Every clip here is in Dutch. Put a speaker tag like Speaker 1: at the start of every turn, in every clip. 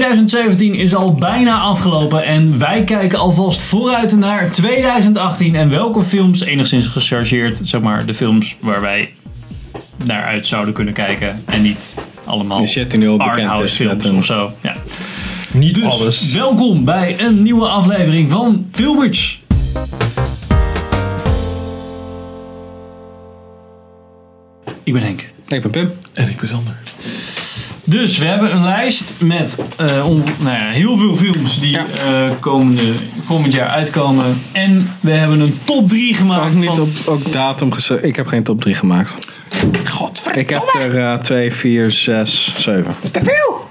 Speaker 1: 2017 is al bijna afgelopen en wij kijken alvast vooruit naar 2018 en welke films enigszins gechargeerd, zeg maar, de films waar wij naar uit zouden kunnen kijken en niet allemaal
Speaker 2: De shit die nu al bekend
Speaker 1: arthouse
Speaker 2: is,
Speaker 1: films
Speaker 2: met een-
Speaker 1: of zo. Ja.
Speaker 3: Niet
Speaker 1: Dus
Speaker 3: alles.
Speaker 1: welkom bij een nieuwe aflevering van Filmers. Ik ben Henk.
Speaker 2: Ik ben Pim.
Speaker 3: En ik ben Sander.
Speaker 1: Dus we hebben een lijst met eh, on- nou ja, heel veel films die
Speaker 2: Ja.
Speaker 1: eh, komende, komend jaar uitkomen. En we hebben een top 3
Speaker 2: Had
Speaker 1: gemaakt.
Speaker 2: ik niet
Speaker 1: van-
Speaker 2: op ook datum gezet. Ik heb geen top 3 gemaakt.
Speaker 3: Godverdomme.
Speaker 2: Ik heb er eh, 2, 4, 6, 7.
Speaker 3: is te veel.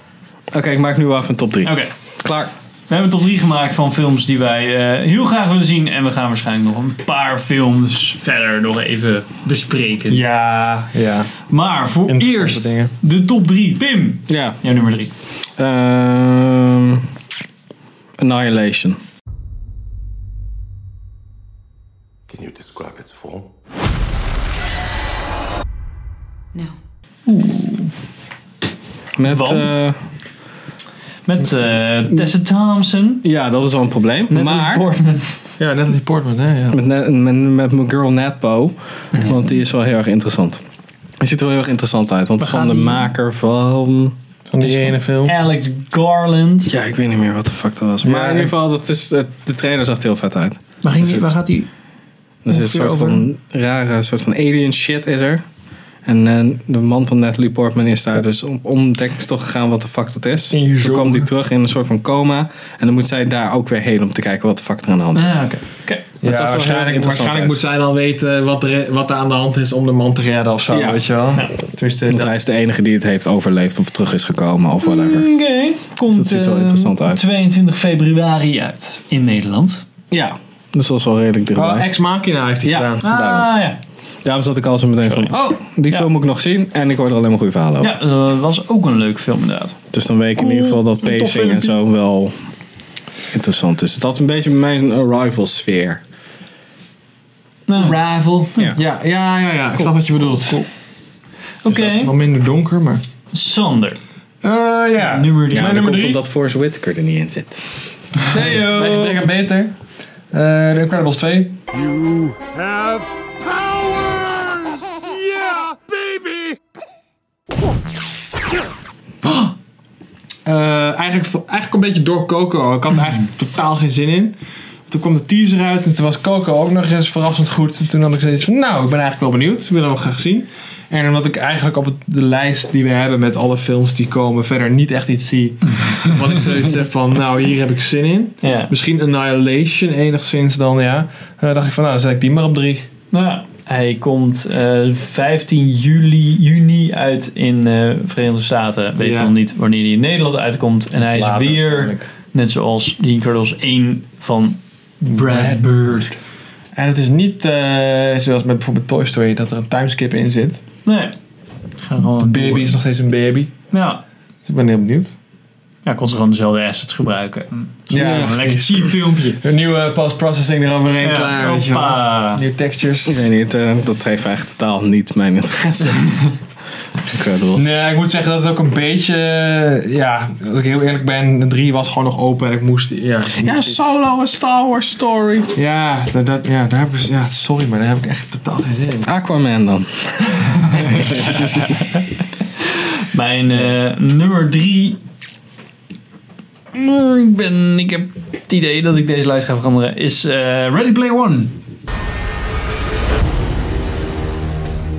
Speaker 2: Oké, ik maak nu wel even een top 3.
Speaker 1: Oké,
Speaker 2: Klaar.
Speaker 1: we hebben een top 3 gemaakt van films die wij eh, heel graag willen zien. En we gaan waarschijnlijk nog een paar films verder nog even bespreken.
Speaker 3: Ja. Ja.
Speaker 1: Maar voor
Speaker 3: Interessante
Speaker 1: eerst
Speaker 3: dingen.
Speaker 1: de top 3. Pim,
Speaker 2: Ja.
Speaker 1: jouw nummer 3.
Speaker 2: Ehm, Annihilation.
Speaker 4: Can you describe its form?
Speaker 5: No.
Speaker 2: Met,
Speaker 1: Want?
Speaker 2: eh,
Speaker 1: Met eh, Tessa Thompson.
Speaker 2: ja, dat is wel een probleem. maar
Speaker 3: Ja, Natalie Portman, hè? Ja.
Speaker 2: met, net- met, met mijn girl Netpo. Want die is wel heel erg interessant. Die ziet er wel heel erg interessant uit. Want van
Speaker 1: gaat
Speaker 2: de
Speaker 1: die-
Speaker 2: maker van...
Speaker 3: Van die ene film.
Speaker 1: Alex Garland.
Speaker 2: Ja, ik weet niet meer wat de fuck dat was. Maar
Speaker 3: Ja,
Speaker 2: in ieder geval, dat is, het- de trailer zag er heel vet uit.
Speaker 1: Maar ging die- waar gaat hij?
Speaker 2: Dat is een
Speaker 1: Ongeveer
Speaker 2: soort van rare soort van alien shit is er. En eh, de man van Natalie Portman is daar dus op ontdekkingstocht gegaan wat de fuck dat is. Toen
Speaker 3: Ingezogen.
Speaker 2: kwam hij terug in een soort van coma. En dan moet zij daar ook weer heen om te kijken wat de fuck er aan de hand is.
Speaker 1: Ah, oké.
Speaker 2: Dat zag er wel heel erg
Speaker 3: waarschijnlijk,
Speaker 2: interessant
Speaker 3: waarschijnlijk
Speaker 2: uit.
Speaker 3: moet zij dan weten wat er, wat er aan de hand is om de man te redden of zo,
Speaker 2: Ja.
Speaker 3: weet je wel. Tenminste,
Speaker 2: Want
Speaker 3: dat,
Speaker 2: hij is de enige die het heeft overleefd of terug is gekomen of whatever.
Speaker 1: Oké, komt
Speaker 2: Dus dat ziet er wel
Speaker 1: eh,
Speaker 2: interessant uit.
Speaker 1: 22 februari uit in Nederland.
Speaker 2: Ja, dus dat is wel redelijk
Speaker 3: oh,
Speaker 2: dichtbij.
Speaker 3: Ex Machina heeft hij
Speaker 2: Ja.
Speaker 3: gedaan.
Speaker 1: Ah
Speaker 2: Daarom.
Speaker 1: ja,
Speaker 2: Daarom zat ik al zo meteen van, oh, die
Speaker 1: Ja.
Speaker 2: film moet ik nog zien. En ik hoor er alleen maar goede verhalen over.
Speaker 1: ja, dat was ook een leuk film inderdaad.
Speaker 2: Dus dan weet ik in ieder geval dat pacing en zo wel interessant is. Dat is een beetje mijn arrival sfeer.
Speaker 1: Nou, Oké,
Speaker 3: Rival.
Speaker 2: Ja.
Speaker 3: Ja, ja, ja. ja, Ik snap wat je bedoelt. Is dat
Speaker 1: okay.
Speaker 3: wel minder donker, maar...
Speaker 1: Sander.
Speaker 3: Eh ja.
Speaker 1: Nummer drie.
Speaker 2: Ja,
Speaker 3: Mijn
Speaker 2: dat
Speaker 3: nummer
Speaker 2: komt
Speaker 3: drie.
Speaker 2: omdat Force Whitaker er niet in zit.
Speaker 3: Nee, joh. Wij gebreken beter. Eh The Incredibles 2. You have powers! Yeah, baby! Eh, eigenlijk, vo- eigenlijk een beetje door Coco. Ik had er eigenlijk totaal geen zin in. Toen kwam de teaser uit en toen was Coco ook nog eens verrassend goed. En toen had ik zoiets van, nou, ik ben eigenlijk wel benieuwd. Ik wil hem wel graag zien. En omdat ik eigenlijk op het- de lijst die we hebben met alle films die komen verder niet echt iets zie. wat ik zoiets heb van, nou, hier heb ik zin in.
Speaker 1: Ja.
Speaker 3: Misschien Annihilation enigszins dan, ja. Eh dacht ik van, nou, zet ik die maar op drie.
Speaker 1: Nou, ja, hij komt eh, 15 juli, juni uit in eh Verenigde Staten. Weet
Speaker 3: Ja.
Speaker 1: nog niet wanneer hij in Nederland uitkomt. En hij is
Speaker 3: Later
Speaker 1: weer,
Speaker 3: waarschijnlijk.
Speaker 1: net zoals The Incredibles 1 van Brad Bird.
Speaker 3: En het is niet eh, zoals met bijvoorbeeld Toy Story, dat er een timeskip in zit.
Speaker 1: Nee. Gaan gewoon
Speaker 3: De baby
Speaker 1: door.
Speaker 3: is nog steeds een baby.
Speaker 1: Ja.
Speaker 3: Dus ik ben heel benieuwd.
Speaker 1: Ja, kon ze gewoon dezelfde assets gebruiken.
Speaker 3: Ja,
Speaker 1: Ja, een
Speaker 3: precies.
Speaker 1: lekker cheap filmpje.
Speaker 3: Een nieuwe post-processing eroverheen, klaar. Weet je wel.
Speaker 1: hoppa.
Speaker 3: Nieuwe textures.
Speaker 2: Ik weet niet, eh, dat heeft eigenlijk totaal niet mijn interesse. eh, Incredibles.
Speaker 3: Nee, ik moet zeggen dat het ook een beetje... eh, Ja, als ik heel eerlijk ben, de drie was gewoon nog open en ik moest... Ja,
Speaker 2: Ja, Solo, een Star Wars story.
Speaker 3: ja, dat, dat- ja, daar heb ik... Ja, sorry, maar daar heb ik echt totaal geen zin in.
Speaker 2: Aquaman dan.
Speaker 1: Mijn eh, nummer drie. Mm, Ik, ben, ik heb het idee dat ik deze lijst ga veranderen. Is eh, Ready Player One.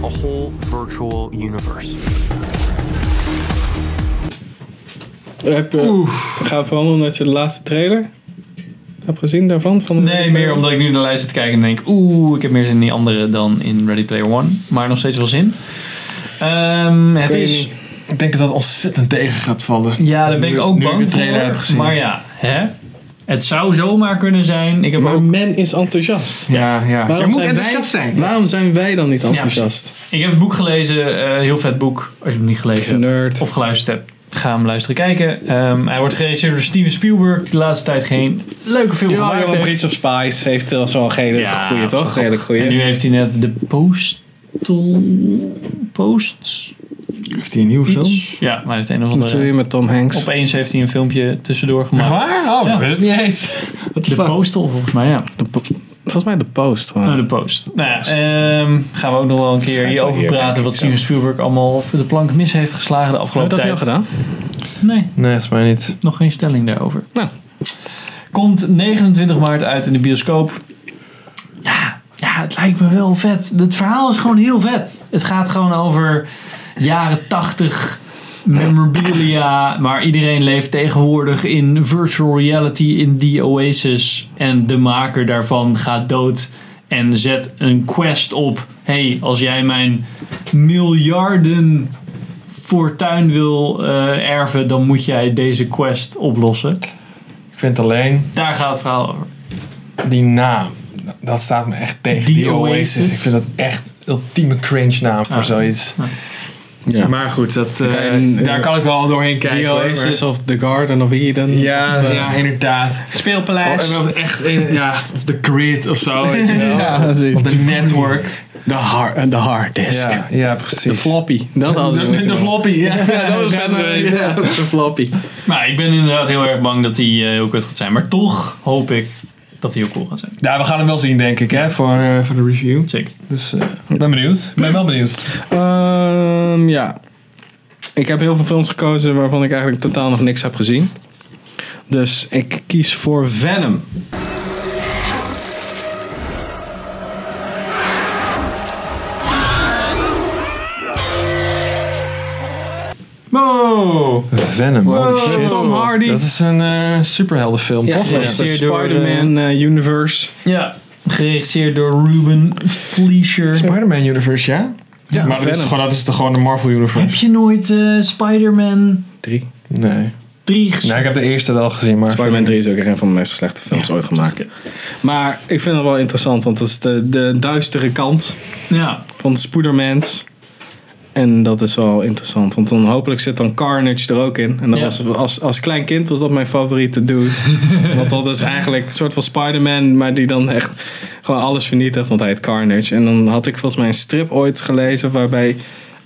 Speaker 6: a whole virtual universe.
Speaker 2: Heb, je- Gaan we veranderen omdat je de laatste trailer hebt gezien daarvan? Van de-
Speaker 1: Nee, meer omdat ik nu naar de lijst zit te kijken en denk... Oeh, ik heb meer zin in die andere dan in Ready Player One. Maar nog steeds wel zin. Ehm, het
Speaker 2: Kun je
Speaker 1: is...
Speaker 2: niet-
Speaker 3: Ik denk dat dat ontzettend tegen gaat vallen.
Speaker 1: Ja, daar ben ik
Speaker 3: Nu-
Speaker 1: ook
Speaker 3: nu ik
Speaker 1: bang
Speaker 3: de trailer
Speaker 1: voor.
Speaker 3: heb gezien.
Speaker 1: Maar ja, hè? Het zou zomaar kunnen zijn. Ik heb
Speaker 2: Maar
Speaker 1: ook
Speaker 2: men is enthousiast.
Speaker 3: Ja, ja.
Speaker 2: Waarom zijn wij- Waarom zijn wij dan niet enthousiast?
Speaker 1: Ik heb het boek gelezen, eh, heel vet boek. Als je hem niet gelezen hebt
Speaker 2: Nerd.
Speaker 1: of geluisterd hebt, ga hem luisteren kijken. Ehm, hij wordt geregisseerd door Steven Spielberg, die de laatste tijd geen leuke film
Speaker 2: Ja,
Speaker 1: gemaakt
Speaker 2: Johan
Speaker 1: heeft.
Speaker 2: Bridge of Spice heeft wel zo'n hele
Speaker 1: Ja,
Speaker 2: goede,
Speaker 1: dat is
Speaker 2: toch? Redelijk goede.
Speaker 1: En nu heeft hij net de Postal... Post...
Speaker 3: Heeft hij een nieuwe film?
Speaker 1: Ja, maar hij heeft een of
Speaker 3: eh,
Speaker 2: Wat doe
Speaker 1: andere...
Speaker 2: je met Tom Hanks?
Speaker 1: Opeens heeft hij een filmpje tussendoor
Speaker 3: Echt
Speaker 1: gemaakt.
Speaker 3: waar? Oh,
Speaker 1: Ja.
Speaker 3: dat is het niet eens. Wat
Speaker 1: De postel volgens mij, ja.
Speaker 2: De po- Volgens mij de post.
Speaker 3: Ah,
Speaker 2: gewoon.
Speaker 1: Nou, de post. Nou ja, ehm, gaan we ook nog wel een keer
Speaker 2: Staat wel
Speaker 1: hierover
Speaker 2: hier, denk
Speaker 1: praten.
Speaker 2: ik
Speaker 1: Wat
Speaker 2: zo.
Speaker 1: Steven Spielberg allemaal voor de plank mis heeft geslagen de
Speaker 2: Heb je
Speaker 1: afgelopen
Speaker 2: dat nu al
Speaker 1: tijd.
Speaker 2: gedaan?
Speaker 1: Nee,
Speaker 3: Nee, volgens mij niet.
Speaker 1: nog geen stelling daarover.
Speaker 2: Nou.
Speaker 1: Komt 29 maart uit in de bioscoop. Ja, ja, het lijkt me wel vet. Het verhaal is gewoon heel vet. Het gaat gewoon over jaren 80 memorabilia. Maar iedereen leeft tegenwoordig in virtual reality in die Oasis. En de maker daarvan gaat dood en zet een quest op. hey, als jij mijn miljarden fortuin wil eh, erven, dan moet jij deze quest oplossen.
Speaker 3: Ik vind alleen
Speaker 1: Daar gaat het verhaal over.
Speaker 3: die naam. Dat staat me echt tegen.
Speaker 1: Die
Speaker 3: Die, Oasis.
Speaker 1: Oasis.
Speaker 3: Ik vind dat echt ultieme cringe naam voor
Speaker 1: Ah.
Speaker 3: zoiets.
Speaker 2: Ja.
Speaker 3: Maar goed, dat, eh,
Speaker 2: Kan je-
Speaker 3: daar kan ik wel doorheen kijken.
Speaker 2: The
Speaker 3: hoor, maar-
Speaker 2: Oasis of The Garden of Eden.
Speaker 3: Ja,
Speaker 2: Of, eh,
Speaker 3: ja, inderdaad.
Speaker 2: Speelpaleis.
Speaker 3: Oh, en of echt, eh, ja, of The Grid of zo. weet je wel.
Speaker 2: ja, precies.
Speaker 3: Of The Network.
Speaker 2: De hard, de eh, hard disk.
Speaker 3: Ja, ja precies.
Speaker 2: De floppy. Dat hadden ze
Speaker 3: De, de,
Speaker 2: moeten doen.
Speaker 3: floppy, ja.
Speaker 2: Ja, dat was
Speaker 3: Ja,
Speaker 2: verder.
Speaker 3: weet je.
Speaker 2: Ja, de floppy.
Speaker 1: Maar Nou, ik ben inderdaad heel erg bang dat hij eh, heel kut gaat zijn. Maar toch hoop ik dat hij heel cool gaat zijn.
Speaker 3: Ja, we gaan hem wel zien, denk ik, hè, voor, eh, voor de review.
Speaker 1: Zeker.
Speaker 3: Dus eh, ik ben benieuwd. Ik ben wel benieuwd.
Speaker 2: Ehm, ja. Ik heb heel veel films gekozen waarvan ik eigenlijk totaal nog niks heb gezien. Dus ik kies voor Venom.
Speaker 3: Wow. Venom. holy shit.
Speaker 2: Tom Hardy.
Speaker 3: Dat is een eh, superheldenfilm, toch?
Speaker 2: ja,
Speaker 1: ja.
Speaker 2: de
Speaker 1: Geregisseerd door,
Speaker 2: Spider-Man eh, universe.
Speaker 1: Ja, geregisseerd door Ruben Fleischer.
Speaker 3: Spider-Man Universe, ja?
Speaker 2: Ja,
Speaker 3: maar dat is,
Speaker 2: Venom.
Speaker 3: gewoon, dat is toch gewoon de Marvel
Speaker 1: Heb
Speaker 3: Universe?
Speaker 1: je nooit eh, Spider-Man
Speaker 2: Drie.
Speaker 3: Nee.
Speaker 1: 3 gezien?
Speaker 3: Nou, ik heb de eerste wel gezien, maar...
Speaker 2: Spider-Man 3 is ook echt een van de meest slechte films ooit gemaakt. Maar ik vind het wel interessant, want dat is de, de duistere kant
Speaker 1: Ja,
Speaker 2: van de Spoedermans. En dat is wel interessant, want dan hopelijk zit dan Carnage er ook in. En dat
Speaker 1: Ja.
Speaker 2: was, als, als klein kind was dat mijn favoriete dude. want dat is eigenlijk een soort van Spider-Man, maar die dan echt gewoon alles vernietigt, want hij heet Carnage. En dan had ik volgens mij een strip ooit gelezen waarbij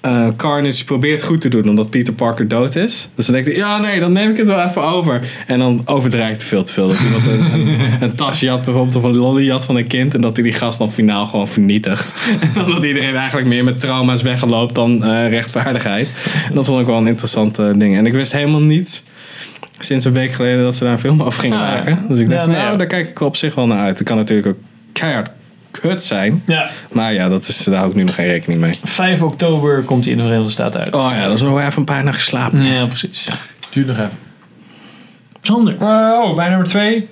Speaker 2: eh, Carnage probeert goed te doen omdat Peter Parker dood is. Dus dan denkt hij, ja nee, dan neem ik het wel even over. En dan overdrijft hij veel te veel. Dat iemand een, een, een tasje had bijvoorbeeld of een lolly had van een kind en dat hij die gast dan finaal gewoon vernietigt. En dan dat iedereen eigenlijk meer met trauma's weggeloopt dan eh, rechtvaardigheid. En dat vond ik wel een interessante eh, ding. En ik wist helemaal niet sinds een week geleden dat ze daar een film af gingen
Speaker 1: Ah, ja.
Speaker 2: maken. Dus ik dacht,
Speaker 1: Ja,
Speaker 2: nou,
Speaker 1: nou ja.
Speaker 2: daar kijk ik wel op zich wel naar uit. Het kan natuurlijk ook keihard kut zijn.
Speaker 1: ja.
Speaker 2: Maar ja, dat is, daar hou ik nu nog geen rekening mee.
Speaker 1: 5 oktober komt hij in de Verenigde Staten uit.
Speaker 2: Oh ja, dat is wel even een paar nachten geslapen.
Speaker 1: Ja, precies.
Speaker 3: Duurt nog even.
Speaker 1: Sander.
Speaker 3: Eh, oh, bij nummer 2.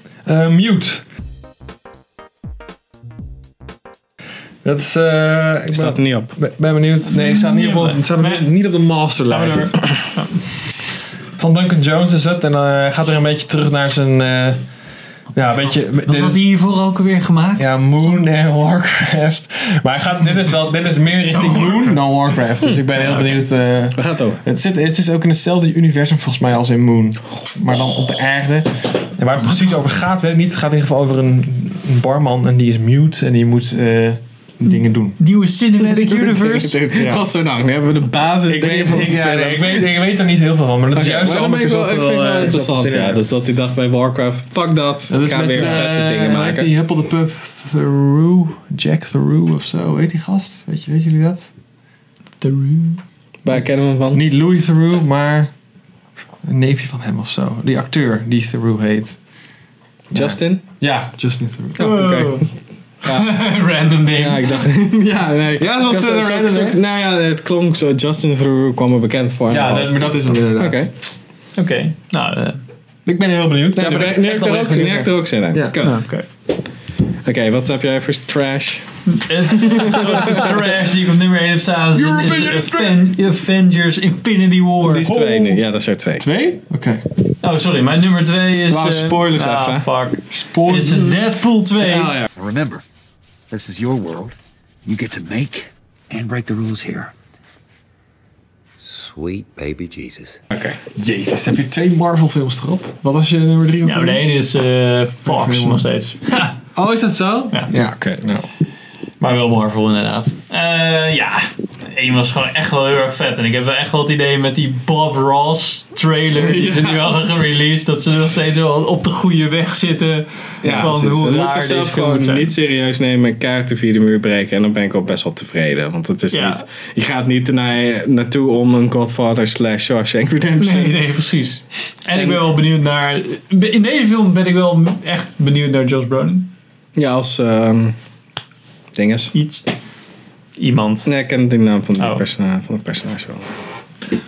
Speaker 3: Mute. Dat is... eh, ik ben,
Speaker 2: Staat er niet op.
Speaker 3: ben- ben benieuwd. Nee, het staat niet op, het staat niet op de masterlijst. Van Duncan Jones is het. En eh gaat er een beetje terug naar zijn... eh, ja, een beetje...
Speaker 1: Wat
Speaker 3: dit
Speaker 1: had
Speaker 3: is-
Speaker 1: hij hiervoor ook weer gemaakt?
Speaker 3: Ja, Moon en Warcraft. Maar hij gaat, dit, is wel, dit is meer richting Moon dan Warcraft. Dus ik ben heel benieuwd. eh,
Speaker 2: We gaan door.
Speaker 3: het, zit, het is ook in hetzelfde universum volgens mij als in Moon. Maar dan op de aarde. En waar het precies over gaat, weet ik niet. Het gaat in ieder geval over een, een barman en die is mute en die moet eh, dingen doen.
Speaker 1: Nieuwe Cinematic Universe.
Speaker 3: Ja.
Speaker 2: Godzijdank, nou, nu hebben we de basis.
Speaker 3: Ik
Speaker 2: dingen
Speaker 3: weet,
Speaker 2: van
Speaker 3: ik, ja,
Speaker 2: verder.
Speaker 3: nee, ik, weet, ik weet er niet heel veel van, maar dat is
Speaker 2: Oké,
Speaker 3: juist
Speaker 2: maar
Speaker 3: waarom
Speaker 2: dan
Speaker 3: ik er
Speaker 2: ben ik wel- ik
Speaker 3: zoveel...
Speaker 2: vind het wel
Speaker 3: eh,
Speaker 2: interessant.
Speaker 3: zoveel zin
Speaker 2: Ja,
Speaker 3: in
Speaker 2: dus dat hij dacht bij Warcraft, fuck dat.
Speaker 3: Dat
Speaker 2: ik
Speaker 3: is
Speaker 2: ga
Speaker 3: met,
Speaker 2: weer vette
Speaker 3: eh,
Speaker 2: dingen
Speaker 3: hoe heet
Speaker 2: maken.
Speaker 3: Die Huppel de Pup, Theroux, Jack Theroux of zo, weet die gast? Weet, je, weet jullie dat?
Speaker 2: Waar kennen we hem van?
Speaker 3: Niet Louis Theroux, maar een neefje van hem of zo. Die acteur die Theroux heet.
Speaker 2: Justin?
Speaker 3: Ja, Justin Theroux.
Speaker 2: Oh, oké.
Speaker 1: Random ding.
Speaker 2: Ja, ik dacht... ja, nee.
Speaker 3: Ja, zoals
Speaker 2: Ik had
Speaker 3: Thunder
Speaker 2: zo'n-
Speaker 3: Random,
Speaker 2: zo'n-
Speaker 3: hè?
Speaker 2: Nou ja, het klonk zo. Justin Theroux kwam er bekend voor. in
Speaker 3: Ja,
Speaker 2: mijn
Speaker 3: dat, maar
Speaker 2: hoofd.
Speaker 3: dat is hem inderdaad.
Speaker 2: Oké.
Speaker 1: Oké. Nou, eh,
Speaker 3: Ik ben heel benieuwd.
Speaker 2: Nou,
Speaker 3: Ja,
Speaker 2: maar
Speaker 3: ben ik
Speaker 2: nu heb
Speaker 3: echt
Speaker 2: ik
Speaker 3: al
Speaker 2: er ook-
Speaker 3: even
Speaker 2: nu
Speaker 3: benieuwd
Speaker 2: heb ik er ook zin in.
Speaker 3: Ja.
Speaker 2: Kut.
Speaker 1: nou,
Speaker 2: Oké,
Speaker 1: oké.
Speaker 2: wat heb jij voor trash?
Speaker 1: De trash die ik op nummer 1 heb staan is-
Speaker 3: You're bigger than
Speaker 1: is Aven- Avengers Infinity War.
Speaker 2: Die is twee nu. Ja, dat is er twee.
Speaker 3: Twee? Oké.
Speaker 1: Oh, sorry. Mijn nummer 2 is...
Speaker 2: Wauw,
Speaker 1: eh,
Speaker 2: spoilers
Speaker 1: ah,
Speaker 2: even.
Speaker 1: fuck.
Speaker 3: Spoor.
Speaker 1: Is het Deadpool 2.
Speaker 2: Oh, ja.
Speaker 5: Remember, this is your world. You get to make and break the rules here. Sweet baby Jesus.
Speaker 3: Jezus, heb je twee Marvel films erop? Wat was je nummer drie? ook
Speaker 1: Ja, maar de
Speaker 3: alweer?
Speaker 1: ene is eh, Fox
Speaker 3: Jongen.
Speaker 1: nog steeds. Ha,
Speaker 3: Oh, is dat zo?
Speaker 1: Ja.
Speaker 3: oké. nou.
Speaker 1: maar wel Marvel inderdaad. Eh, ja, één was gewoon echt wel heel erg vet. En ik heb wel echt wel het idee met die Bob Ross trailer die ze nu hadden gereleased, dat ze nog steeds wel op de goede weg zitten.
Speaker 2: Ja,
Speaker 1: van
Speaker 2: precies.
Speaker 1: hoe
Speaker 2: we
Speaker 1: raar
Speaker 2: moeten
Speaker 1: deze
Speaker 2: zelf
Speaker 1: film
Speaker 2: gewoon
Speaker 1: moet zijn.
Speaker 2: niet serieus nemen en kaarten via de muur breken. En dan ben ik al best wel tevreden. Want het is
Speaker 1: Ja.
Speaker 2: niet, je gaat niet ernaar, naartoe om een Godfather slash Shawshank Redemption.
Speaker 1: Nee, nee, precies. En, ik
Speaker 2: En-
Speaker 1: ben wel benieuwd naar. In deze film ben ik wel echt benieuwd naar Josh Brolin.
Speaker 2: Ja, als ehm dinges.
Speaker 1: Iets. Iemand.
Speaker 2: Nee, ik ken de naam van, die
Speaker 1: Oh.
Speaker 2: persona- van het personage wel.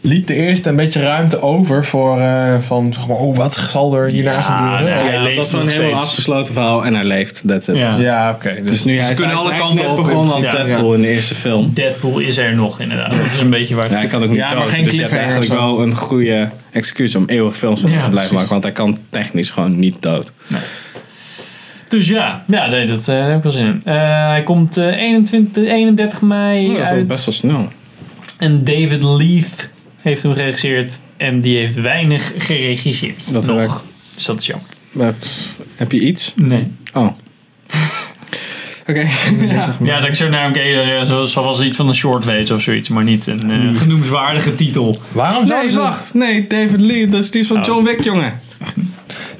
Speaker 3: liet de eerste een beetje ruimte over voor eh, van, zeg maar, oh, wat zal er hierna
Speaker 1: Ja,
Speaker 3: gebeuren?
Speaker 1: nee. Hij
Speaker 2: Ja,
Speaker 1: leeft
Speaker 2: dat was gewoon een
Speaker 1: nog
Speaker 2: helemaal
Speaker 1: steeds.
Speaker 2: afgesloten verhaal en hij leeft. That's it.
Speaker 1: Ja.
Speaker 3: Ja, oké. dus,
Speaker 2: Dus nu hij
Speaker 3: ze
Speaker 2: is,
Speaker 3: kunnen
Speaker 2: hij is-
Speaker 3: alle
Speaker 2: hij is
Speaker 3: kanten
Speaker 2: net
Speaker 3: op. in
Speaker 2: begonnen als
Speaker 3: principe.
Speaker 1: ja.
Speaker 2: Deadpool in de eerste film.
Speaker 1: Deadpool is er nog inderdaad. Dat is een beetje waar. het-
Speaker 2: Ja, hij kan ook niet
Speaker 3: Ja, maar
Speaker 2: dood,
Speaker 3: geen
Speaker 2: dus je hebt
Speaker 3: cliffhanger
Speaker 2: eigenlijk
Speaker 3: of zo.
Speaker 2: wel een goede excuus om eeuwig films van
Speaker 1: Ja,
Speaker 2: hem te blijven
Speaker 1: precies.
Speaker 2: maken. Want hij kan technisch gewoon niet dood.
Speaker 1: Dus ja, ja nee, dat, eh, daar heb ik wel zin in. Eh, hij komt eh, 21, 31 mei
Speaker 2: dat is wel
Speaker 1: uit.
Speaker 2: best wel snel.
Speaker 1: En David Leith heeft hem geregisseerd. En die heeft weinig geregisseerd.
Speaker 2: Dat
Speaker 1: nog.
Speaker 2: werkt.
Speaker 1: Dus dat is jammer.
Speaker 2: Maar, pff, heb je iets?
Speaker 1: Nee.
Speaker 2: Oh. Oké.
Speaker 1: Ja, dat ik zo naar hem keek. eh, zo- Zo was iets van een shortwave of zoiets. Maar niet een eh, genoemswaardige titel.
Speaker 3: Waarom zou
Speaker 2: Nee,
Speaker 3: ze...
Speaker 2: wacht. Nee, David Lee. Dat is die van John Wick, jongen.
Speaker 3: Oh.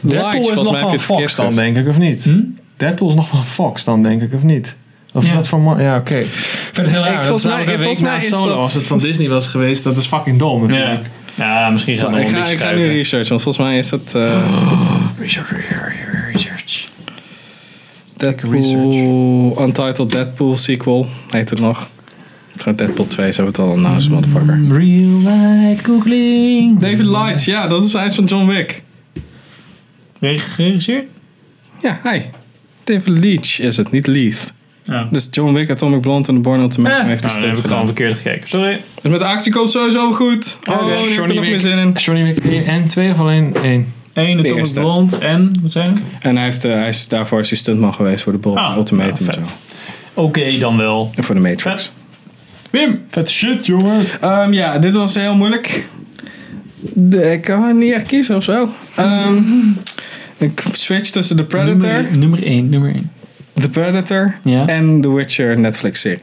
Speaker 3: Deadpool is nog van Fox dus. dan, denk ik, of niet? Deadpool is nog van Fox dan, denk ik, of niet? Of
Speaker 1: Ja.
Speaker 3: is dat van... Mar- Hm? Ja, oké. Verder heel raar. Dat
Speaker 2: volgens
Speaker 3: is namelijk
Speaker 2: mij-
Speaker 3: een week
Speaker 2: volgens mij
Speaker 3: na
Speaker 2: is
Speaker 3: Solo.
Speaker 2: dat-
Speaker 3: Als het van Disney was geweest, dat is fucking dom
Speaker 1: Ja,
Speaker 3: natuurlijk.
Speaker 1: ja misschien gaan we
Speaker 2: ik,
Speaker 1: nog
Speaker 2: ga,
Speaker 1: niks
Speaker 2: ik ga nu
Speaker 1: schrijven.
Speaker 2: research, want volgens mij is dat... eh
Speaker 1: Research, research.
Speaker 2: Deadpool...
Speaker 3: research.
Speaker 2: Untitled Deadpool sequel heet het nog. Gewoon Deadpool 2, ze hebben het al announced, motherfucker.
Speaker 1: Real life googling.
Speaker 2: David Lights, ja, dat is hij is van John Wick.
Speaker 1: Geregisseerd?
Speaker 2: Ja, hij. David Leach is het, niet Leith.
Speaker 1: Ja.
Speaker 2: Dus John Wick, Atomic Blonde en The Born Ultimatum heeft de
Speaker 1: nou, dan heb
Speaker 2: stunts
Speaker 1: ik gewoon
Speaker 2: gedaan.
Speaker 1: verkeerd gekeken. Sorry.
Speaker 2: Dus met de actie komt sowieso wel goed. Oh,
Speaker 3: Oké.
Speaker 2: ik heb er
Speaker 3: Johnny
Speaker 2: nog
Speaker 3: Wick.
Speaker 2: meer zin in.
Speaker 3: Johnny Wick 1 en 2 of alleen 1?
Speaker 1: Eén, de Thomas
Speaker 2: eerste.
Speaker 1: Blond en, wat zijn we?
Speaker 2: En hij, heeft, eh, hij is daarvoor is hij stuntman geweest voor de Born
Speaker 1: Ah,
Speaker 2: Ultimatum
Speaker 1: ah,
Speaker 2: en
Speaker 1: vet.
Speaker 2: zo.
Speaker 1: Oké, dan wel.
Speaker 2: En voor de Matrix.
Speaker 1: Vet. Wim.
Speaker 3: Vet shit, jongen.
Speaker 2: Ehm, ja, dit was heel moeilijk. De- ik kan niet echt kiezen of zo. Ehm, ik switch tussen The Predator,
Speaker 1: Nummer, nummer één, nummer één.
Speaker 2: The Predator
Speaker 1: Ja.
Speaker 2: en The Witcher Netflix-serie.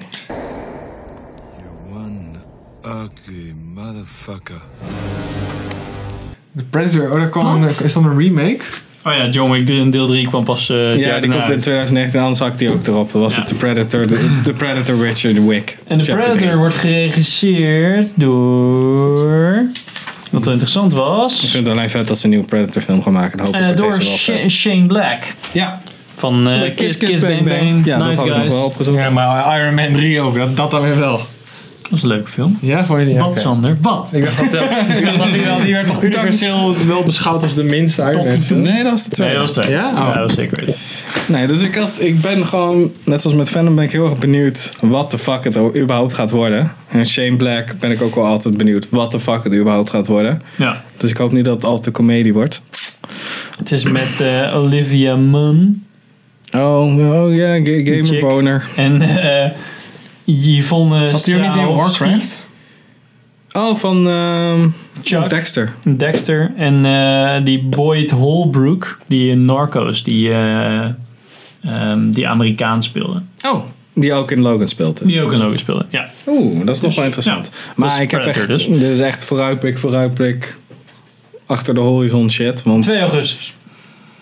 Speaker 7: One ugly motherfucker.
Speaker 3: The Predator, oh, daar kwam een, is dan een remake?
Speaker 1: Oh ja, John Wick drie- deel 3 kwam pas eh, het
Speaker 2: Ja,
Speaker 1: jaar
Speaker 2: die
Speaker 1: daarna
Speaker 2: komt in
Speaker 1: uit.
Speaker 2: 2019, anders had ik die ook erop. Dan was
Speaker 1: Ja.
Speaker 2: het The Predator, The, The Predator, Witcher, The Wick.
Speaker 1: En de
Speaker 2: Chapter
Speaker 1: Predator
Speaker 2: drie.
Speaker 1: wordt geregisseerd door... Wat wel interessant
Speaker 2: Ik
Speaker 1: was.
Speaker 2: vind het alleen vet dat ze een nieuwe Predator film gaan maken. Dan hoop ik
Speaker 1: eh,
Speaker 2: dat
Speaker 1: door
Speaker 2: deze wel
Speaker 1: Sha-
Speaker 2: vet.
Speaker 1: Shane Black.
Speaker 2: Ja,
Speaker 1: Van eh, Kiss, Kiss, Bang Bang.
Speaker 2: Ja,
Speaker 1: nice
Speaker 2: dat had ik nog
Speaker 1: guys.
Speaker 2: wel opgezocht.
Speaker 3: Ja, maar Iron Man 3 ook, dat, dat dan weer wel.
Speaker 1: Dat is een leuke film.
Speaker 3: Ja, vond je die?
Speaker 1: Wat, Sander? Wat?
Speaker 3: Ik dacht dat die werd toch universeel wel beschouwd als de minste Iron Man film?
Speaker 2: Nee, dat was de
Speaker 1: Nee, dat
Speaker 2: tweede.
Speaker 1: was twee.
Speaker 3: Ja? Oh.
Speaker 1: dat was zeker weten.
Speaker 2: Nee, dus ik, had, ik ben gewoon, net zoals met Venom, ben ik heel erg benieuwd wat de fuck het überhaupt gaat worden. En Shane Black ben ik ook wel altijd benieuwd wat de fuck het überhaupt gaat worden.
Speaker 1: Ja.
Speaker 2: Dus ik hoop niet dat het altijd een comedie wordt.
Speaker 1: Het is met eh, Olivia Munn
Speaker 2: Oh, oh ja, ga-
Speaker 1: chick.
Speaker 2: gamer boner.
Speaker 1: en eh Yvonne
Speaker 3: Zat die ook niet in
Speaker 1: Strahovski.
Speaker 3: Warcraft?
Speaker 2: Oh, van ehm,
Speaker 1: Chuck.
Speaker 2: Dexter.
Speaker 1: Dexter. En eh, die Boyd Holbrook, die in Narcos, die, eh, ehm, die Amerikaan speelde.
Speaker 2: Oh, die ook in Logan speelt.
Speaker 1: Die ook een logo speelde, ja.
Speaker 2: Oeh, dat is nog wel interessant.
Speaker 1: ja, dat is
Speaker 2: maar ik heb
Speaker 1: Predator
Speaker 2: echt,
Speaker 1: dus.
Speaker 2: dit is echt vooruitblik, vooruitblik. Achter de horizon shit. Want
Speaker 1: 2 augustus.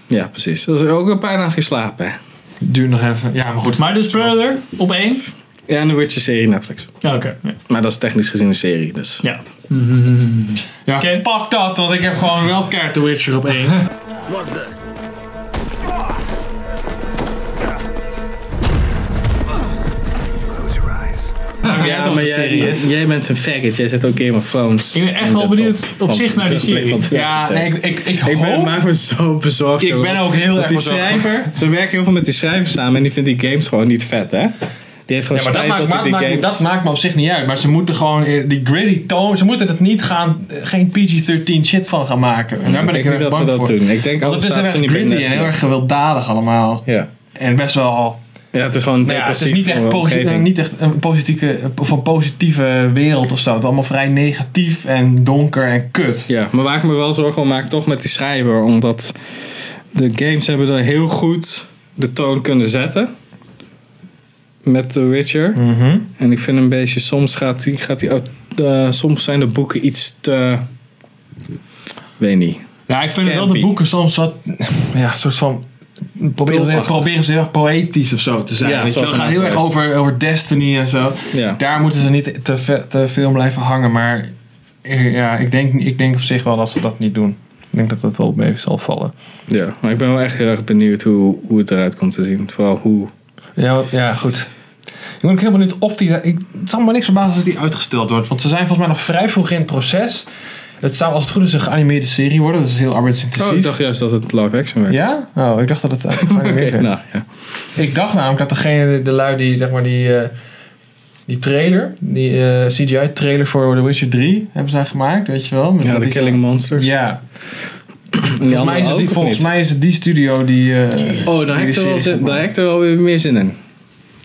Speaker 2: ja, precies. Dat is ook een paar dagen slapen. hè.
Speaker 3: Duur nog even. Ja, maar goed.
Speaker 1: Maar dus Predator op 1.
Speaker 2: Ja, en de Witcher serie Netflix.
Speaker 1: Ja, Oké. Ja.
Speaker 2: Maar dat is technisch gezien een serie, dus.
Speaker 1: Ja.
Speaker 3: Ja,
Speaker 1: Oké.
Speaker 3: pak dat, want ik heb gewoon wel Kerk The Witcher op één.
Speaker 5: What the? Close your eyes.
Speaker 3: Maar jij toch de serie is.
Speaker 2: jij bent een faggot, jij zit ook Game of Thrones.
Speaker 1: Ik ben echt
Speaker 2: in de
Speaker 1: wel
Speaker 2: top
Speaker 1: benieuwd op
Speaker 2: van-
Speaker 1: zich naar die
Speaker 2: terugblik van
Speaker 1: serie.
Speaker 3: Ja,
Speaker 2: 2010.
Speaker 3: nee, ik, ik, ik,
Speaker 2: Ik ben,
Speaker 3: hoop-
Speaker 2: maak me zo bezorgd.
Speaker 3: Ik
Speaker 2: jongen.
Speaker 3: ben ook heel
Speaker 2: Want
Speaker 3: erg
Speaker 2: die
Speaker 3: bezorgd.
Speaker 2: schrijver, ze werken heel veel met die schrijver samen en die vindt die games gewoon niet vet, hè? Die heeft gewoon
Speaker 3: Ja, maar dat
Speaker 2: spijt dat
Speaker 3: maakt,
Speaker 2: hij
Speaker 3: maakt,
Speaker 2: die
Speaker 3: maakt-
Speaker 2: games...
Speaker 3: dat maakt me op zich niet uit. Maar ze moeten gewoon eh, die gritty tone. Ze moeten het niet gaan. eh, Geen PG-13 shit van gaan maken. En daar ben
Speaker 2: denk
Speaker 3: ik heel
Speaker 2: niet
Speaker 3: erg
Speaker 2: dat ze
Speaker 3: bang
Speaker 2: dat
Speaker 3: voor.
Speaker 2: doen. Ik denk
Speaker 3: Want
Speaker 2: anders
Speaker 3: het is heel
Speaker 2: staat
Speaker 3: erg
Speaker 2: ze niet bij
Speaker 3: gritty en
Speaker 2: Netflix.
Speaker 3: heel erg gewelddadig allemaal.
Speaker 2: Ja.
Speaker 3: En best wel.
Speaker 2: ja, het is gewoon
Speaker 3: Nou ja, het
Speaker 2: depressief.
Speaker 3: is niet echt,
Speaker 2: voor de
Speaker 3: posi- eh,
Speaker 2: omgeving.
Speaker 3: niet echt een positieve, van positieve wereld of zo. Het is allemaal vrij negatief en donker en kut.
Speaker 2: Ja, maar waar ik me wel zorgen om maak, toch met die schrijver. Omdat de games hebben er heel goed de toon kunnen zetten. met The Witcher.
Speaker 3: Mhm.
Speaker 2: En ik vind een beetje, soms gaat die, gaat die ook, eh, soms zijn de boeken iets te, weet niet.
Speaker 3: Ja, ik vind wel de
Speaker 2: Campy.
Speaker 3: boeken soms wat, ja, een soort van. Proberen ze,
Speaker 2: Pulpachtig.
Speaker 3: proberen ze heel erg poëtisch of zo te zijn.
Speaker 2: Ja,
Speaker 3: Ja, eh, weet
Speaker 2: zo
Speaker 3: je wel. Het
Speaker 2: van
Speaker 3: gaat heel
Speaker 2: dat
Speaker 3: erg
Speaker 2: ook.
Speaker 3: over, over destiny en zo.
Speaker 2: Ja.
Speaker 3: Daar moeten ze niet te, ve- te veel blijven hangen. Maar eh, ja, ik, denk, ik denk op zich wel dat ze dat niet doen. Ik denk dat dat wel mee zal vallen.
Speaker 2: Ja, maar ik ben wel echt heel erg benieuwd hoe, hoe het eruit komt te zien. Vooral hoe.
Speaker 3: Ja, ja goed. Ik ben ook heel benieuwd of die... Ik, het zal me niks verbazen als die uitgesteld wordt. Want ze zijn volgens mij nog vrij vroeg in het proces. Het zou als het goed is een geanimeerde serie worden. Dat is heel arbeidsintensief.
Speaker 2: Oh, ik dacht juist dat het live action werd.
Speaker 3: Ja? Oh, ik dacht dat het...
Speaker 2: Oké, nou ja.
Speaker 3: Ik dacht namelijk dat degene, de lui die, zeg maar, die, eh, die trailer, die eh, CGI-trailer voor The Witcher 3 hebben zij gemaakt, weet je wel. Met
Speaker 2: Ja,
Speaker 3: dat
Speaker 2: de
Speaker 3: die- eh,
Speaker 2: Killing Monsters.
Speaker 3: Ja,
Speaker 2: volgens
Speaker 3: volgens, mij is, het die, volgens mij is het die studio die... eh
Speaker 2: Oh, daar heb ik er wel zin- daar heb ik er wel weer meer zin in.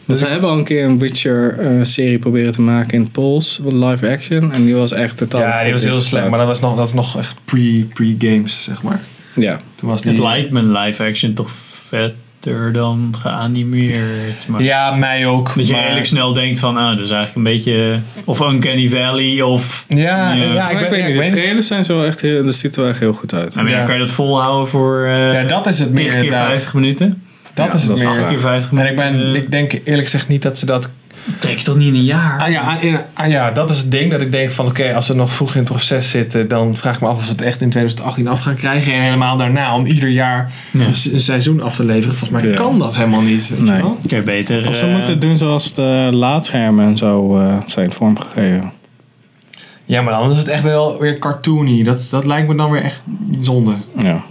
Speaker 2: Want ze hebben al een keer een Witcher-serie proberen te maken in het Pools, live action. En die was echt totaal.
Speaker 3: Ja, die was heel slecht, maar dat was nog, dat was nog echt pre- pre-games, zeg maar.
Speaker 2: Ja,
Speaker 3: Toen was die...
Speaker 1: Het lijkt me live action toch vetter dan geanimeerd. Maar
Speaker 3: Ja, mij ook.
Speaker 1: dat je
Speaker 3: maar-
Speaker 1: eerlijk snel denkt van, ah, dat is eigenlijk een beetje... Of Uncanny Valley, of...
Speaker 3: Ja,
Speaker 1: Ja.
Speaker 3: ja.
Speaker 1: Maar
Speaker 3: ik,
Speaker 2: ik, weet
Speaker 3: ben, ja,
Speaker 2: niet.
Speaker 3: ik
Speaker 2: De
Speaker 3: weet het.
Speaker 2: trailers zijn zo wel echt heel. Dat ziet er wel echt heel goed uit.
Speaker 1: Nou, maar ja,
Speaker 3: Ja.
Speaker 1: kan je dat volhouden voor eh
Speaker 3: Ja, dat is het
Speaker 1: 10
Speaker 3: meer
Speaker 1: keer
Speaker 3: inderdaad.
Speaker 1: 50 minuten?
Speaker 3: Dat
Speaker 2: Ja,
Speaker 3: is het
Speaker 2: dat is
Speaker 3: meer.
Speaker 1: 8 keer 50
Speaker 3: En
Speaker 1: minuten?
Speaker 3: ik, ben,
Speaker 1: eh,
Speaker 3: ik denk eerlijk gezegd niet dat ze dat
Speaker 1: trek je toch niet in een jaar?
Speaker 3: Ah ja, ah, ja, ah, ja, dat is het ding dat ik denk van oké, als ze nog vroeg in het proces zitten, dan vraag ik me af of ze het echt in 2018 af gaan krijgen. En helemaal daarna om ieder jaar
Speaker 1: Ja. dus
Speaker 3: een, se- een seizoen af te leveren. Volgens mij
Speaker 2: Ja.
Speaker 3: kan dat helemaal niet. Weet
Speaker 2: Nee.
Speaker 3: je wel?
Speaker 1: Oké, beter.
Speaker 2: Of ze
Speaker 1: eh,
Speaker 2: moeten het doen zoals de laadschermen en zo eh, zijn vormgegeven.
Speaker 3: Ja, maar dan is het echt wel weer cartoony. Dat, dat lijkt me dan weer echt zonde.
Speaker 2: Ja.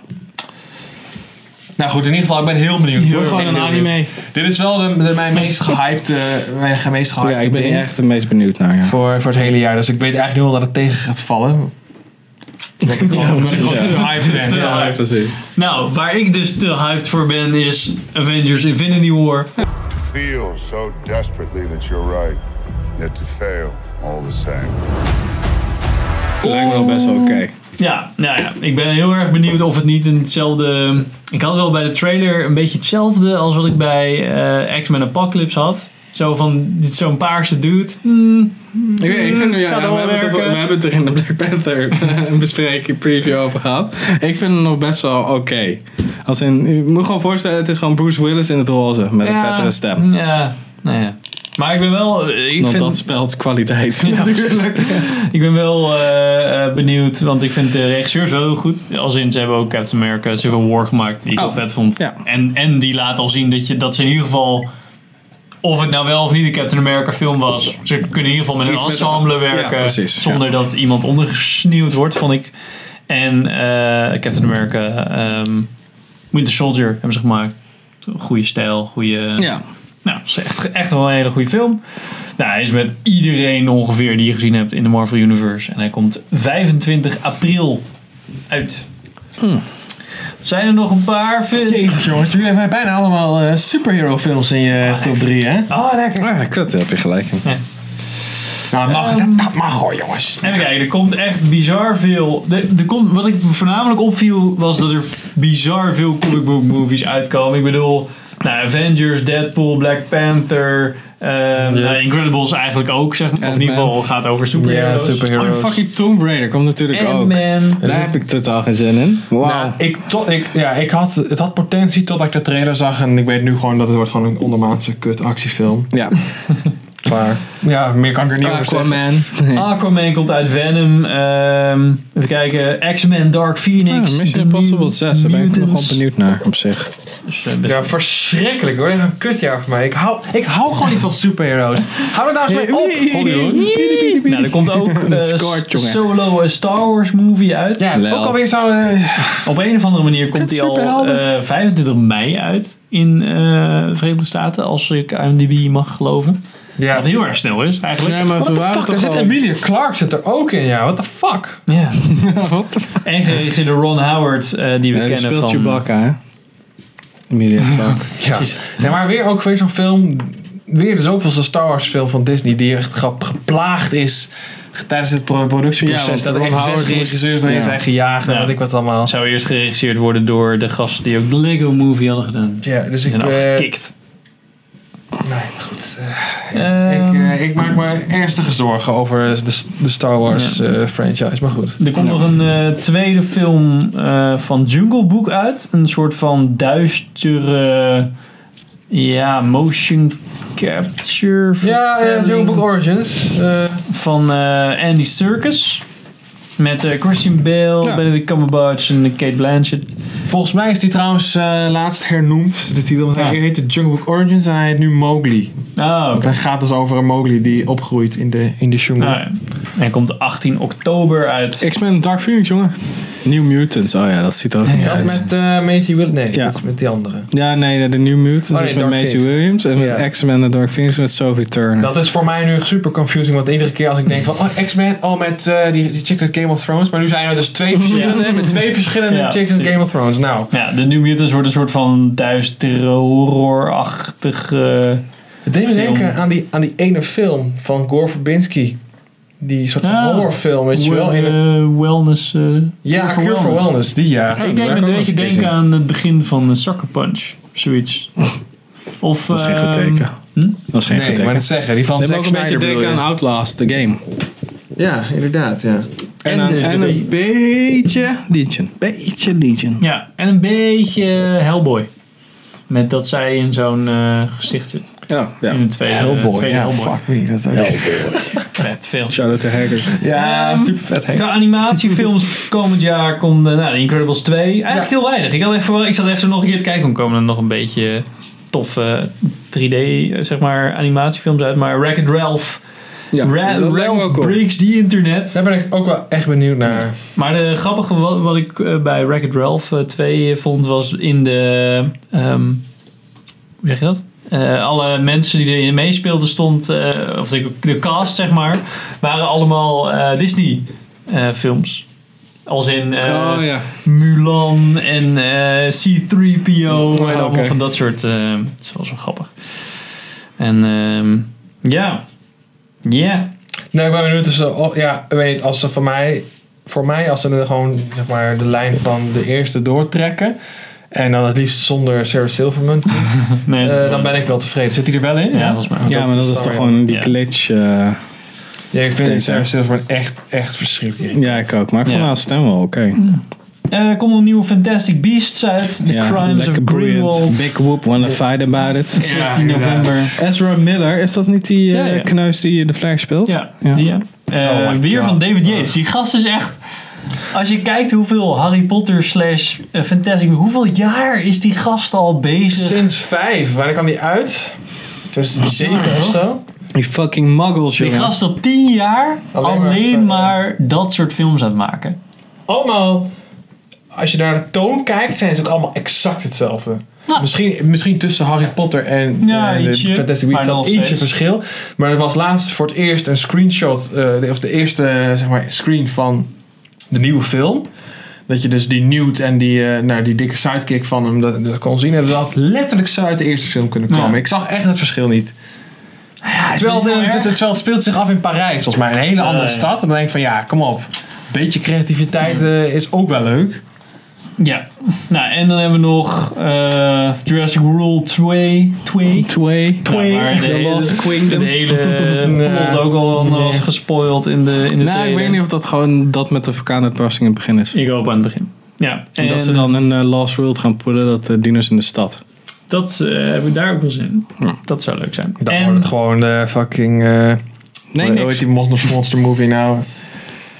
Speaker 3: Nou goed, in ieder geval, ik ben heel benieuwd.
Speaker 2: Doe
Speaker 3: Ik ben
Speaker 2: gewoon een
Speaker 3: heel
Speaker 2: anime.
Speaker 3: benieuwd. Dit is wel de, de- mijn meest gehyped, eh, mijn meest gehyped
Speaker 2: Ja, ik ben
Speaker 3: ding
Speaker 2: hier echt het meest benieuwd naar. Ja.
Speaker 3: voor, voor het hele jaar. Dus ik weet eigenlijk nu al dat het tegen gaat vallen. Dat ik gewoon omdat ik gewoon te hyped ben.
Speaker 1: Te hyped.
Speaker 2: precies.
Speaker 1: Nou, waar ik dus te hyped voor ben is Avengers Infinity War.
Speaker 8: feel so desperately that you're right, yet to fail all the same.
Speaker 2: Lijkt me wel best wel oké.
Speaker 1: Ja, nou ja, ik ben heel erg benieuwd of het niet in hetzelfde... Ik had wel bij de trailer een beetje hetzelfde als wat ik bij eh, X-Men Apocalypse had. Zo van, dit is zo'n paarse dude. Hmm,
Speaker 2: Ik, weet- ik vind, ja, nou,
Speaker 1: Gaat
Speaker 2: we,
Speaker 1: wel
Speaker 2: hebben het er, we
Speaker 1: werken.
Speaker 2: hebben het er in de Black Panther een bespreking preview over gehad. Ik vind het nog best wel oké. Als in, je moet gewoon voorstellen, het is gewoon Bruce Willis in het roze met een
Speaker 1: ja,
Speaker 2: vettere stem.
Speaker 1: Ja, nou ja. Maar ik ben wel... eh, Ik
Speaker 2: Want
Speaker 1: vind,
Speaker 2: dat spelt kwaliteit.
Speaker 1: Ja, Ik ben wel eh, eh, benieuwd, want ik vind de regisseurs wel heel goed. Als in, ze hebben ook Captain America Civil War gemaakt, die ik wel
Speaker 2: Oh,
Speaker 1: vet vond.
Speaker 2: ja.
Speaker 1: En, en die laat al zien dat, je, dat ze in ieder geval, of het nou wel of niet een Captain America film was, ze kunnen in ieder geval met een
Speaker 2: Iets met
Speaker 1: ensemble
Speaker 2: een- ja,
Speaker 1: werken.
Speaker 2: precies, ja.
Speaker 1: zonder dat iemand ondergesneeuwd wordt, vond ik. En eh, Captain America ehm, Winter Soldier hebben ze gemaakt. Goede stijl, goede...
Speaker 2: ja.
Speaker 1: Nou, dat is echt, echt wel een hele goede film. Nou, hij is met iedereen ongeveer die je gezien hebt in de Marvel Universe. En hij komt 25 april uit. Zijn er nog een paar films?
Speaker 3: Jezus jongens, jullie hebben bijna allemaal eh, superhero films in je top 3 hè?
Speaker 1: Oh, lekker.
Speaker 2: Ah, kut, daar heb je gelijk in.
Speaker 3: Nou, dat mag, dat, dat mag hoor jongens.
Speaker 1: Even kijken, er komt echt bizar veel. Er, er komt, wat ik voornamelijk opviel was dat er bizar veel comic book movies uitkomen. Ik bedoel, nou, Avengers, Deadpool, Black Panther, eh, nou, Incredibles eigenlijk ook, zeg maar. Of in ieder geval gaat over superheroes.
Speaker 2: Oh, fucking Tomb Raider komt natuurlijk ook.
Speaker 1: Ant-Man.
Speaker 2: Daar heb ik totaal geen zin in. Wauw.
Speaker 3: Nou, ik, tot, ik, ja, ik had, het had potentie totdat ik de trailer zag en ik weet nu gewoon dat het wordt gewoon een ondermaatse kut actiefilm.
Speaker 2: ja,
Speaker 3: Klaar. Ja, meer kan ik er niet over zeggen.
Speaker 2: Aquaman.
Speaker 1: Aquaman komt uit Venom. ehm, even kijken. X-Men Dark
Speaker 2: Ja,
Speaker 1: Phoenix.
Speaker 2: Ah, Mission
Speaker 1: The
Speaker 2: Impossible
Speaker 1: Mutant
Speaker 2: 6, daar ben ik nog wel
Speaker 1: Mutants.
Speaker 2: benieuwd naar op zich.
Speaker 1: Dus, eh, best-
Speaker 3: Ja, verschrikkelijk hoor. Echt Een kutjaar voor mij. Ik hou, ik hou gewoon niet van superheroes. Hou er nou eens mee op, Hollywood.
Speaker 1: Nou, er komt ook eh,
Speaker 2: Het scoort, jongen.
Speaker 1: solo eh, Star Wars movie uit.
Speaker 3: Ja,
Speaker 2: Lel.
Speaker 3: ook alweer zo... eh,
Speaker 1: Op een of andere manier komt die al
Speaker 2: superhelden.
Speaker 1: eh, 25 mei uit in eh, de Verenigde Staten, als ik IMDb mag geloven.
Speaker 3: ja.
Speaker 1: Wat heel erg snel is, eigenlijk.
Speaker 2: Nee, maar
Speaker 3: What
Speaker 2: ze
Speaker 3: the
Speaker 2: waren
Speaker 3: fuck, er
Speaker 2: toch
Speaker 3: zit
Speaker 2: al...
Speaker 3: Emilia Clark zit er ook in, ja. What the fuck?
Speaker 1: Ja. en geregisseerd door Ron Howard, eh, die we
Speaker 2: Ja, die
Speaker 1: kennen
Speaker 2: speelt
Speaker 1: van...
Speaker 2: Chewbacca, hè? Emilia Clark.
Speaker 3: Ja. Nee, maar weer ook weer zo'n film. Weer de zoveelste Star Wars film van Disney. Die echt grap- geplaagd is tijdens het pro-
Speaker 2: Ja, want
Speaker 3: productieproces. dat
Speaker 2: Ron
Speaker 3: er echt
Speaker 2: Howard
Speaker 3: zes
Speaker 2: moest-
Speaker 3: regisseurs doorheen
Speaker 2: Ja.
Speaker 3: zijn gejaagd.
Speaker 1: Ja.
Speaker 3: En weet ik wat allemaal.
Speaker 1: Zou eerst geregisseerd worden door de gasten die ook de Lego movie hadden gedaan.
Speaker 3: Ja, dus ik...
Speaker 1: En
Speaker 3: eh,
Speaker 1: afgekikt. Ehm,
Speaker 3: Ik, eh, ik maak me ernstige zorgen over de, de Star Wars eh, franchise, maar goed.
Speaker 1: er komt nog een eh, tweede film eh, van Jungle Book uit. Een soort van duistere ja, motion capture
Speaker 3: Ja, eh,
Speaker 1: vertelling
Speaker 3: Jungle Book Origins. eh,
Speaker 1: van eh, Andy Serkis. Met eh, Christian Bale,
Speaker 2: Ja.
Speaker 1: Benedict Cumberbatch en Kate Blanchett.
Speaker 3: volgens mij is die trouwens eh, laatst hernoemd, de titel. Want
Speaker 1: Ja.
Speaker 3: hij heette Jungle Book Origins en hij heet nu Mowgli.
Speaker 1: Oh,
Speaker 3: Want
Speaker 1: oké.
Speaker 3: hij gaat dus over een Mowgli die opgroeit in de, in de jungle.
Speaker 1: Nou ja. Hij komt 18 oktober uit.
Speaker 2: X-Men Dark Phoenix, jongen. New Mutants, oh ja, dat ziet er ook niet
Speaker 3: Dat
Speaker 2: uit.
Speaker 3: met eh Maisie Williams. Nee,
Speaker 2: Ja.
Speaker 3: dat is met die andere.
Speaker 2: Ja, nee, nee, de New Mutants
Speaker 3: Oh, nee,
Speaker 2: is met
Speaker 3: Dark
Speaker 2: Macy
Speaker 3: Phoenix.
Speaker 2: Williams. En met
Speaker 3: Ja.
Speaker 2: X-Men en Dark Phoenix met Sophie Turner.
Speaker 3: Dat is voor mij nu super confusing, want iedere keer als ik denk van oh, X-Men, oh met eh, die, die chick uit Game of Thrones. Maar nu zijn er dus twee verschillende, met twee verschillende
Speaker 1: Ja,
Speaker 3: chicks uit
Speaker 1: precies.
Speaker 3: Game of Thrones. Nou,
Speaker 1: Ja, de New Mutants wordt een soort van duistere, horrorachtige...
Speaker 3: het deed me
Speaker 1: Film.
Speaker 3: denken aan die, aan die ene film van Gore Verbinski. Die soort van
Speaker 1: Ah.
Speaker 3: horrorfilm, weet je wel. In een,
Speaker 1: eh, wellness... eh,
Speaker 3: ja, Cure for Wellness, die ja.
Speaker 1: Ik denk
Speaker 2: daar
Speaker 1: me een
Speaker 2: kan ik
Speaker 1: beetje
Speaker 2: wel eens
Speaker 1: denken
Speaker 2: een
Speaker 1: aan het begin van eh, Sucker Punch. Zoiets. Of,
Speaker 2: Dat is geen goed
Speaker 1: ehm,
Speaker 2: teken.
Speaker 1: hm?
Speaker 2: Dat is geen goed
Speaker 3: Nee,
Speaker 2: teken.
Speaker 3: maar het zeggen, die van
Speaker 2: Neem
Speaker 3: Zack
Speaker 2: ook een beetje
Speaker 3: Snyder bedoel
Speaker 2: denken aan
Speaker 3: je.
Speaker 2: Outlast, de game.
Speaker 3: Ja, inderdaad, ja.
Speaker 2: En, aan-
Speaker 1: de-
Speaker 2: en
Speaker 1: de-
Speaker 2: een beetje Legion. Beetje Legion.
Speaker 1: Ja, en een beetje Hellboy. Met dat zij in zo'n eh, gesticht zit.
Speaker 2: Ja, ja.
Speaker 1: In de tweede tweede Hellboy.
Speaker 3: me. Dat is ook
Speaker 1: Vet film.
Speaker 2: Shout-out to Haggard.
Speaker 1: Ehm,
Speaker 3: ja, super vet. Henk.
Speaker 1: Qua animatiefilms komend jaar komt eh, nou, The Incredibles 2. Eigenlijk heel weinig. Ik, had echt, verwacht- ik zat echt zo nog een keer te kijken. om komen er nog een beetje toffe 3D eh, zeg maar, animatiefilms uit. Maar Wreck-It Ralph.
Speaker 2: Ja,
Speaker 1: Ra-
Speaker 2: dat lijkt me
Speaker 1: Ralph
Speaker 2: ook op.
Speaker 1: breaks the internet.
Speaker 3: Daar ben ik ook wel echt benieuwd naar.
Speaker 1: Maar de grappige wat, wat ik eh, bij Wreck-It Ralph eh, 2 vond was in de... ehm, hoe zeg je dat? Eh, alle mensen die erin meespeelden stond... eh, of de, de cast, zeg maar... waren allemaal eh, Disney eh, films. Als in eh,
Speaker 2: Oh ja.
Speaker 1: Mulan en eh, C-3PO. en
Speaker 2: oké.
Speaker 1: allemaal van dat soort... eh, het was wel grappig. En ehm, ja... Ja.
Speaker 3: Nou, ik ben benieuwd of ze, oh, ja, ik weet niet, als ze van mij, voor mij, als ze er gewoon zeg maar de lijn van de eerste doortrekken. En dan het liefst zonder Sarah Silverman.
Speaker 1: Nee, is
Speaker 3: eh,
Speaker 1: het wel-
Speaker 3: dan ben ik wel tevreden. Zit hij er wel in?
Speaker 1: Ja, volgens mij.
Speaker 2: Ja, maar dat is toch
Speaker 3: wel-
Speaker 2: gewoon die
Speaker 1: ja.
Speaker 2: glitch. eh,
Speaker 3: Ja, ik vind
Speaker 2: Deze.
Speaker 3: Sarah Silverman echt, echt verschrikkelijk.
Speaker 2: ja, ik ook. Maar ik vond
Speaker 1: Ja.
Speaker 2: haar stem wel oké.
Speaker 1: Eh, Er komt een nieuwe Fantastic Beasts uit. The
Speaker 2: Ja,
Speaker 1: Crimes of
Speaker 2: lekker boeiend.
Speaker 1: Grindelwald.
Speaker 2: Big whoop, wanna fight about it.
Speaker 1: 16 november.
Speaker 2: Ezra Miller, is dat niet die eh,
Speaker 1: Ja, ja.
Speaker 2: kneus die in de flag speelt?
Speaker 1: Ja, die ja. Eh,
Speaker 2: Oh my
Speaker 1: weer
Speaker 2: God.
Speaker 1: van David Yates. Die gast is echt... Als je kijkt hoeveel Harry Potter slash eh, Fantastic... Hoeveel jaar is die gast al bezig?
Speaker 3: Sinds vijf, waar kwam die uit? 2007
Speaker 1: Ja,
Speaker 3: of zo?
Speaker 2: Die fucking muggles,
Speaker 1: Die
Speaker 2: jongen.
Speaker 1: gast al 10 jaar alleen,
Speaker 3: Alleen maar staan, ja.
Speaker 1: maar dat soort films aan het maken.
Speaker 3: Allemaal, als je naar de toon kijkt, zijn ze ook allemaal exact hetzelfde.
Speaker 1: Ja.
Speaker 3: Misschien, misschien tussen Harry Potter en,
Speaker 1: Nou. Ja,
Speaker 3: en de
Speaker 1: ietsje,
Speaker 3: Fantastic
Speaker 1: maar
Speaker 3: Beasts
Speaker 1: nog
Speaker 3: wel ietsje
Speaker 1: steeds.
Speaker 3: verschil. Maar er was laatst voor het eerst een screenshot, eh, de- of de eerste eh, zeg maar, screen van de nieuwe film. Dat je dus die Newt en die, eh, nou, die dikke sidekick van hem dat, dat kon zien. En dat had letterlijk zo uit de eerste film kunnen komen.
Speaker 1: Ja.
Speaker 3: Ik zag echt het verschil niet.
Speaker 1: Ja, is
Speaker 3: Terwijl
Speaker 1: niet
Speaker 3: het, in-
Speaker 1: erg.
Speaker 3: het- terwijl het speelt zich af in Parijs, volgens mij. Een hele andere
Speaker 1: ja.
Speaker 3: stad. En dan denk ik van ja, kom op. Beetje creativiteit eh, is ook wel leuk.
Speaker 1: Ja. Nou, en dan hebben we nog eh, Jurassic World 2. 2.
Speaker 2: Twee.
Speaker 1: Twee.
Speaker 2: maar
Speaker 1: De
Speaker 2: The
Speaker 1: hele-
Speaker 2: Lost Kingdom.
Speaker 1: De hele
Speaker 3: Nee.
Speaker 1: plot ook al was gespoild in de, in de
Speaker 2: Nou, ik
Speaker 1: trailer.
Speaker 2: weet niet of dat gewoon dat met de vulkaanuitbarsting in het begin is.
Speaker 1: Ik hoop aan het begin. Ja, en
Speaker 2: En dat ze dan een eh, Lost World gaan poelen, dat de dino's in de stad.
Speaker 1: dat eh, heb ik daar ook wel zin in. Dat zou leuk zijn.
Speaker 3: Dan
Speaker 1: en,
Speaker 3: wordt het gewoon de fucking... eh,
Speaker 2: Nee,
Speaker 3: hoe- hoe heet
Speaker 2: niks.
Speaker 3: die monster, monster movie nou?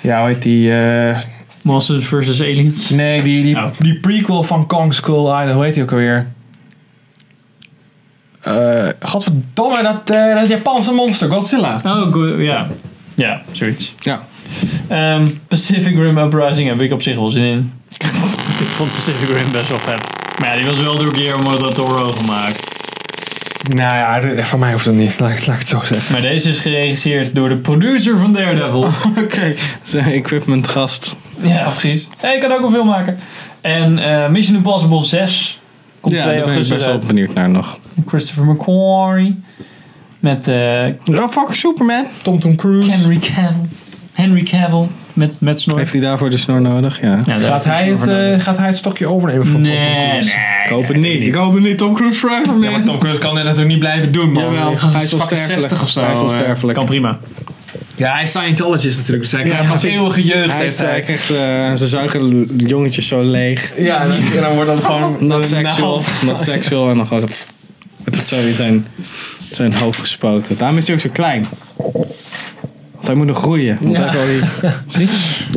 Speaker 3: Ja, hoe heet die... eh,
Speaker 1: Monsters vs. Aliens.
Speaker 3: nee, die, die,
Speaker 1: Oh.
Speaker 3: die prequel van Kong Skull Island. Hoe heet die ook alweer? Eh godverdomme, dat, eh, dat Japanse monster, Godzilla.
Speaker 1: Oh, go- ja. Ja, zoiets.
Speaker 2: Ja.
Speaker 1: Ehm, Pacific Rim Uprising heb ik op zich wel zin in. ik vond Pacific Rim best wel vet. Maar ja, die was wel door Guillermo del Toro gemaakt.
Speaker 3: Nou ja, de- voor mij hoeft dat niet. Laat, ik- laat ik het zo zeggen.
Speaker 1: Maar deze is geregisseerd door de producer van Daredevil.
Speaker 2: Oh, Oké. Zijn equipment gast.
Speaker 1: Ja, precies. Hey, ik kan ook een film maken. En eh, Mission Impossible 6 komt
Speaker 2: Ja,
Speaker 1: 2
Speaker 2: daar ben ik
Speaker 1: augustus
Speaker 2: best wel
Speaker 1: uit.
Speaker 2: benieuwd naar nog.
Speaker 1: Christopher McQuarrie. Met eh,
Speaker 2: Oh, fuck Superman.
Speaker 3: Tom Tom Cruise.
Speaker 1: Henry Cavill. Henry Cavill. met, met snor.
Speaker 2: Heeft hij daarvoor de snor nodig? Ja.
Speaker 1: Ja, daar heeft
Speaker 3: Gaat hij, het,
Speaker 1: snor
Speaker 3: eh,
Speaker 1: nodig.
Speaker 3: gaat hij het stokje overnemen van Tom
Speaker 1: Nee, nee.
Speaker 3: Cruise?
Speaker 2: Ik hoop het niet.
Speaker 3: Ik hoop het niet, Tom Cruise forever, man. Ja, maar Tom Cruise kan dit natuurlijk niet blijven doen, man.
Speaker 2: Jawel,
Speaker 3: Die gast
Speaker 2: hij is
Speaker 3: fucking
Speaker 2: onsterfelijk.
Speaker 3: 60 of zo.
Speaker 2: Hij is
Speaker 3: eh.
Speaker 2: onsterfelijk.
Speaker 1: Kan prima.
Speaker 3: Ja, hij is Scientologist natuurlijk, dus hij
Speaker 2: Ja,
Speaker 3: krijgt een
Speaker 2: precies.
Speaker 3: eeuwige jeugd.
Speaker 2: Hij heeft
Speaker 3: heeft hij.
Speaker 2: eigenlijk echt, eh, ze zuigen jongetjes zo leeg.
Speaker 3: Ja, en dan, en dan wordt dat gewoon
Speaker 2: Not
Speaker 3: een
Speaker 2: sexual.
Speaker 3: naald.
Speaker 2: Not sexual. En dan gewoon zo... Met het zo in zijn, zijn hoofd gespoten. Daarom is hij ook zo klein. Want hij moet nog groeien. Want hij heeft al die-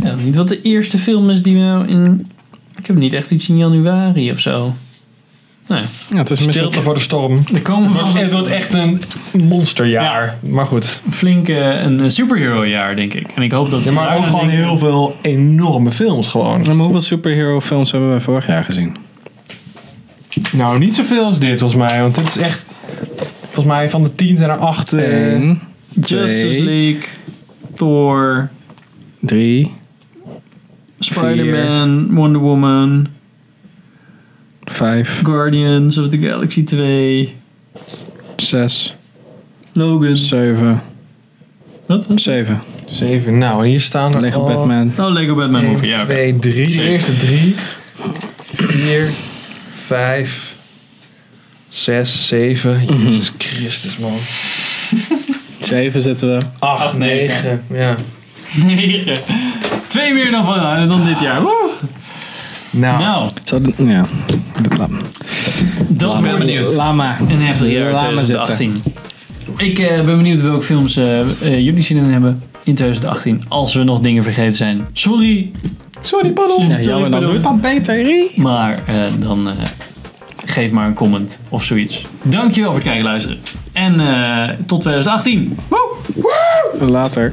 Speaker 1: Ja, niet wat de eerste film is die we nou in... Ik heb niet echt iets in januari of zo. Nee.
Speaker 2: ja, het is misschien...
Speaker 3: Stilte voor de storm.
Speaker 1: Er komen
Speaker 3: Het wordt, het wordt echt een monsterjaar. Maar goed.
Speaker 1: flink eh, een eh, superhero jaar, denk ik. En ik hoop dat ze
Speaker 3: maar ook
Speaker 1: daarna
Speaker 3: gewoon
Speaker 1: denken-
Speaker 3: heel veel enorme films gewoon.
Speaker 2: Maar hoeveel superhero films hebben wij vorig jaar gezien?
Speaker 3: Nou, niet zoveel als dit volgens mij. Want dit is echt... Volgens mij van de tien zijn er acht. eh,
Speaker 2: Eén,
Speaker 1: Justice
Speaker 2: twee,
Speaker 1: League, Thor,
Speaker 2: drie,
Speaker 1: Spider-Man, Wonder Woman,
Speaker 2: vijf,
Speaker 1: Guardians of the Galaxy 2,
Speaker 2: zes,
Speaker 1: Logan.
Speaker 2: zeven,
Speaker 1: Wat? Wat?
Speaker 2: zeven.
Speaker 3: Zeven. Nou, en hier staan er
Speaker 2: Lego
Speaker 3: al-
Speaker 2: Batman.
Speaker 1: Oh, Lego Batman
Speaker 3: Eén,
Speaker 1: Movie, ja. oké.
Speaker 3: twee, drie. De
Speaker 1: Zeven.
Speaker 3: eerste drie. Vier. Vijf. Zes, zeven.
Speaker 2: Mhm.
Speaker 3: Jezus Christus, man.
Speaker 2: Zeven zitten we.
Speaker 3: Acht,
Speaker 1: negen.
Speaker 3: negen. Ja.
Speaker 1: Negen. Twee meer dan, van, dan dit jaar. Woe!
Speaker 3: Nou,
Speaker 1: Nou,
Speaker 2: Zouden- ja. Laat,
Speaker 1: dat wordt
Speaker 2: laat maar.
Speaker 1: een heftig jaar
Speaker 2: Laat maar zitten.
Speaker 1: 2018. Ik eh, ben benieuwd welke films eh, eh, jullie zin in hebben in 2018. Als we nog dingen vergeten zijn. Sorry,
Speaker 3: sorry, pardon.
Speaker 1: Ja, jammer, dan doe het
Speaker 3: dan beter.
Speaker 1: Maar eh, dan eh, geef maar een comment of zoiets. Dankjewel voor het kijken en luisteren. En eh, tot 2018.
Speaker 2: Later.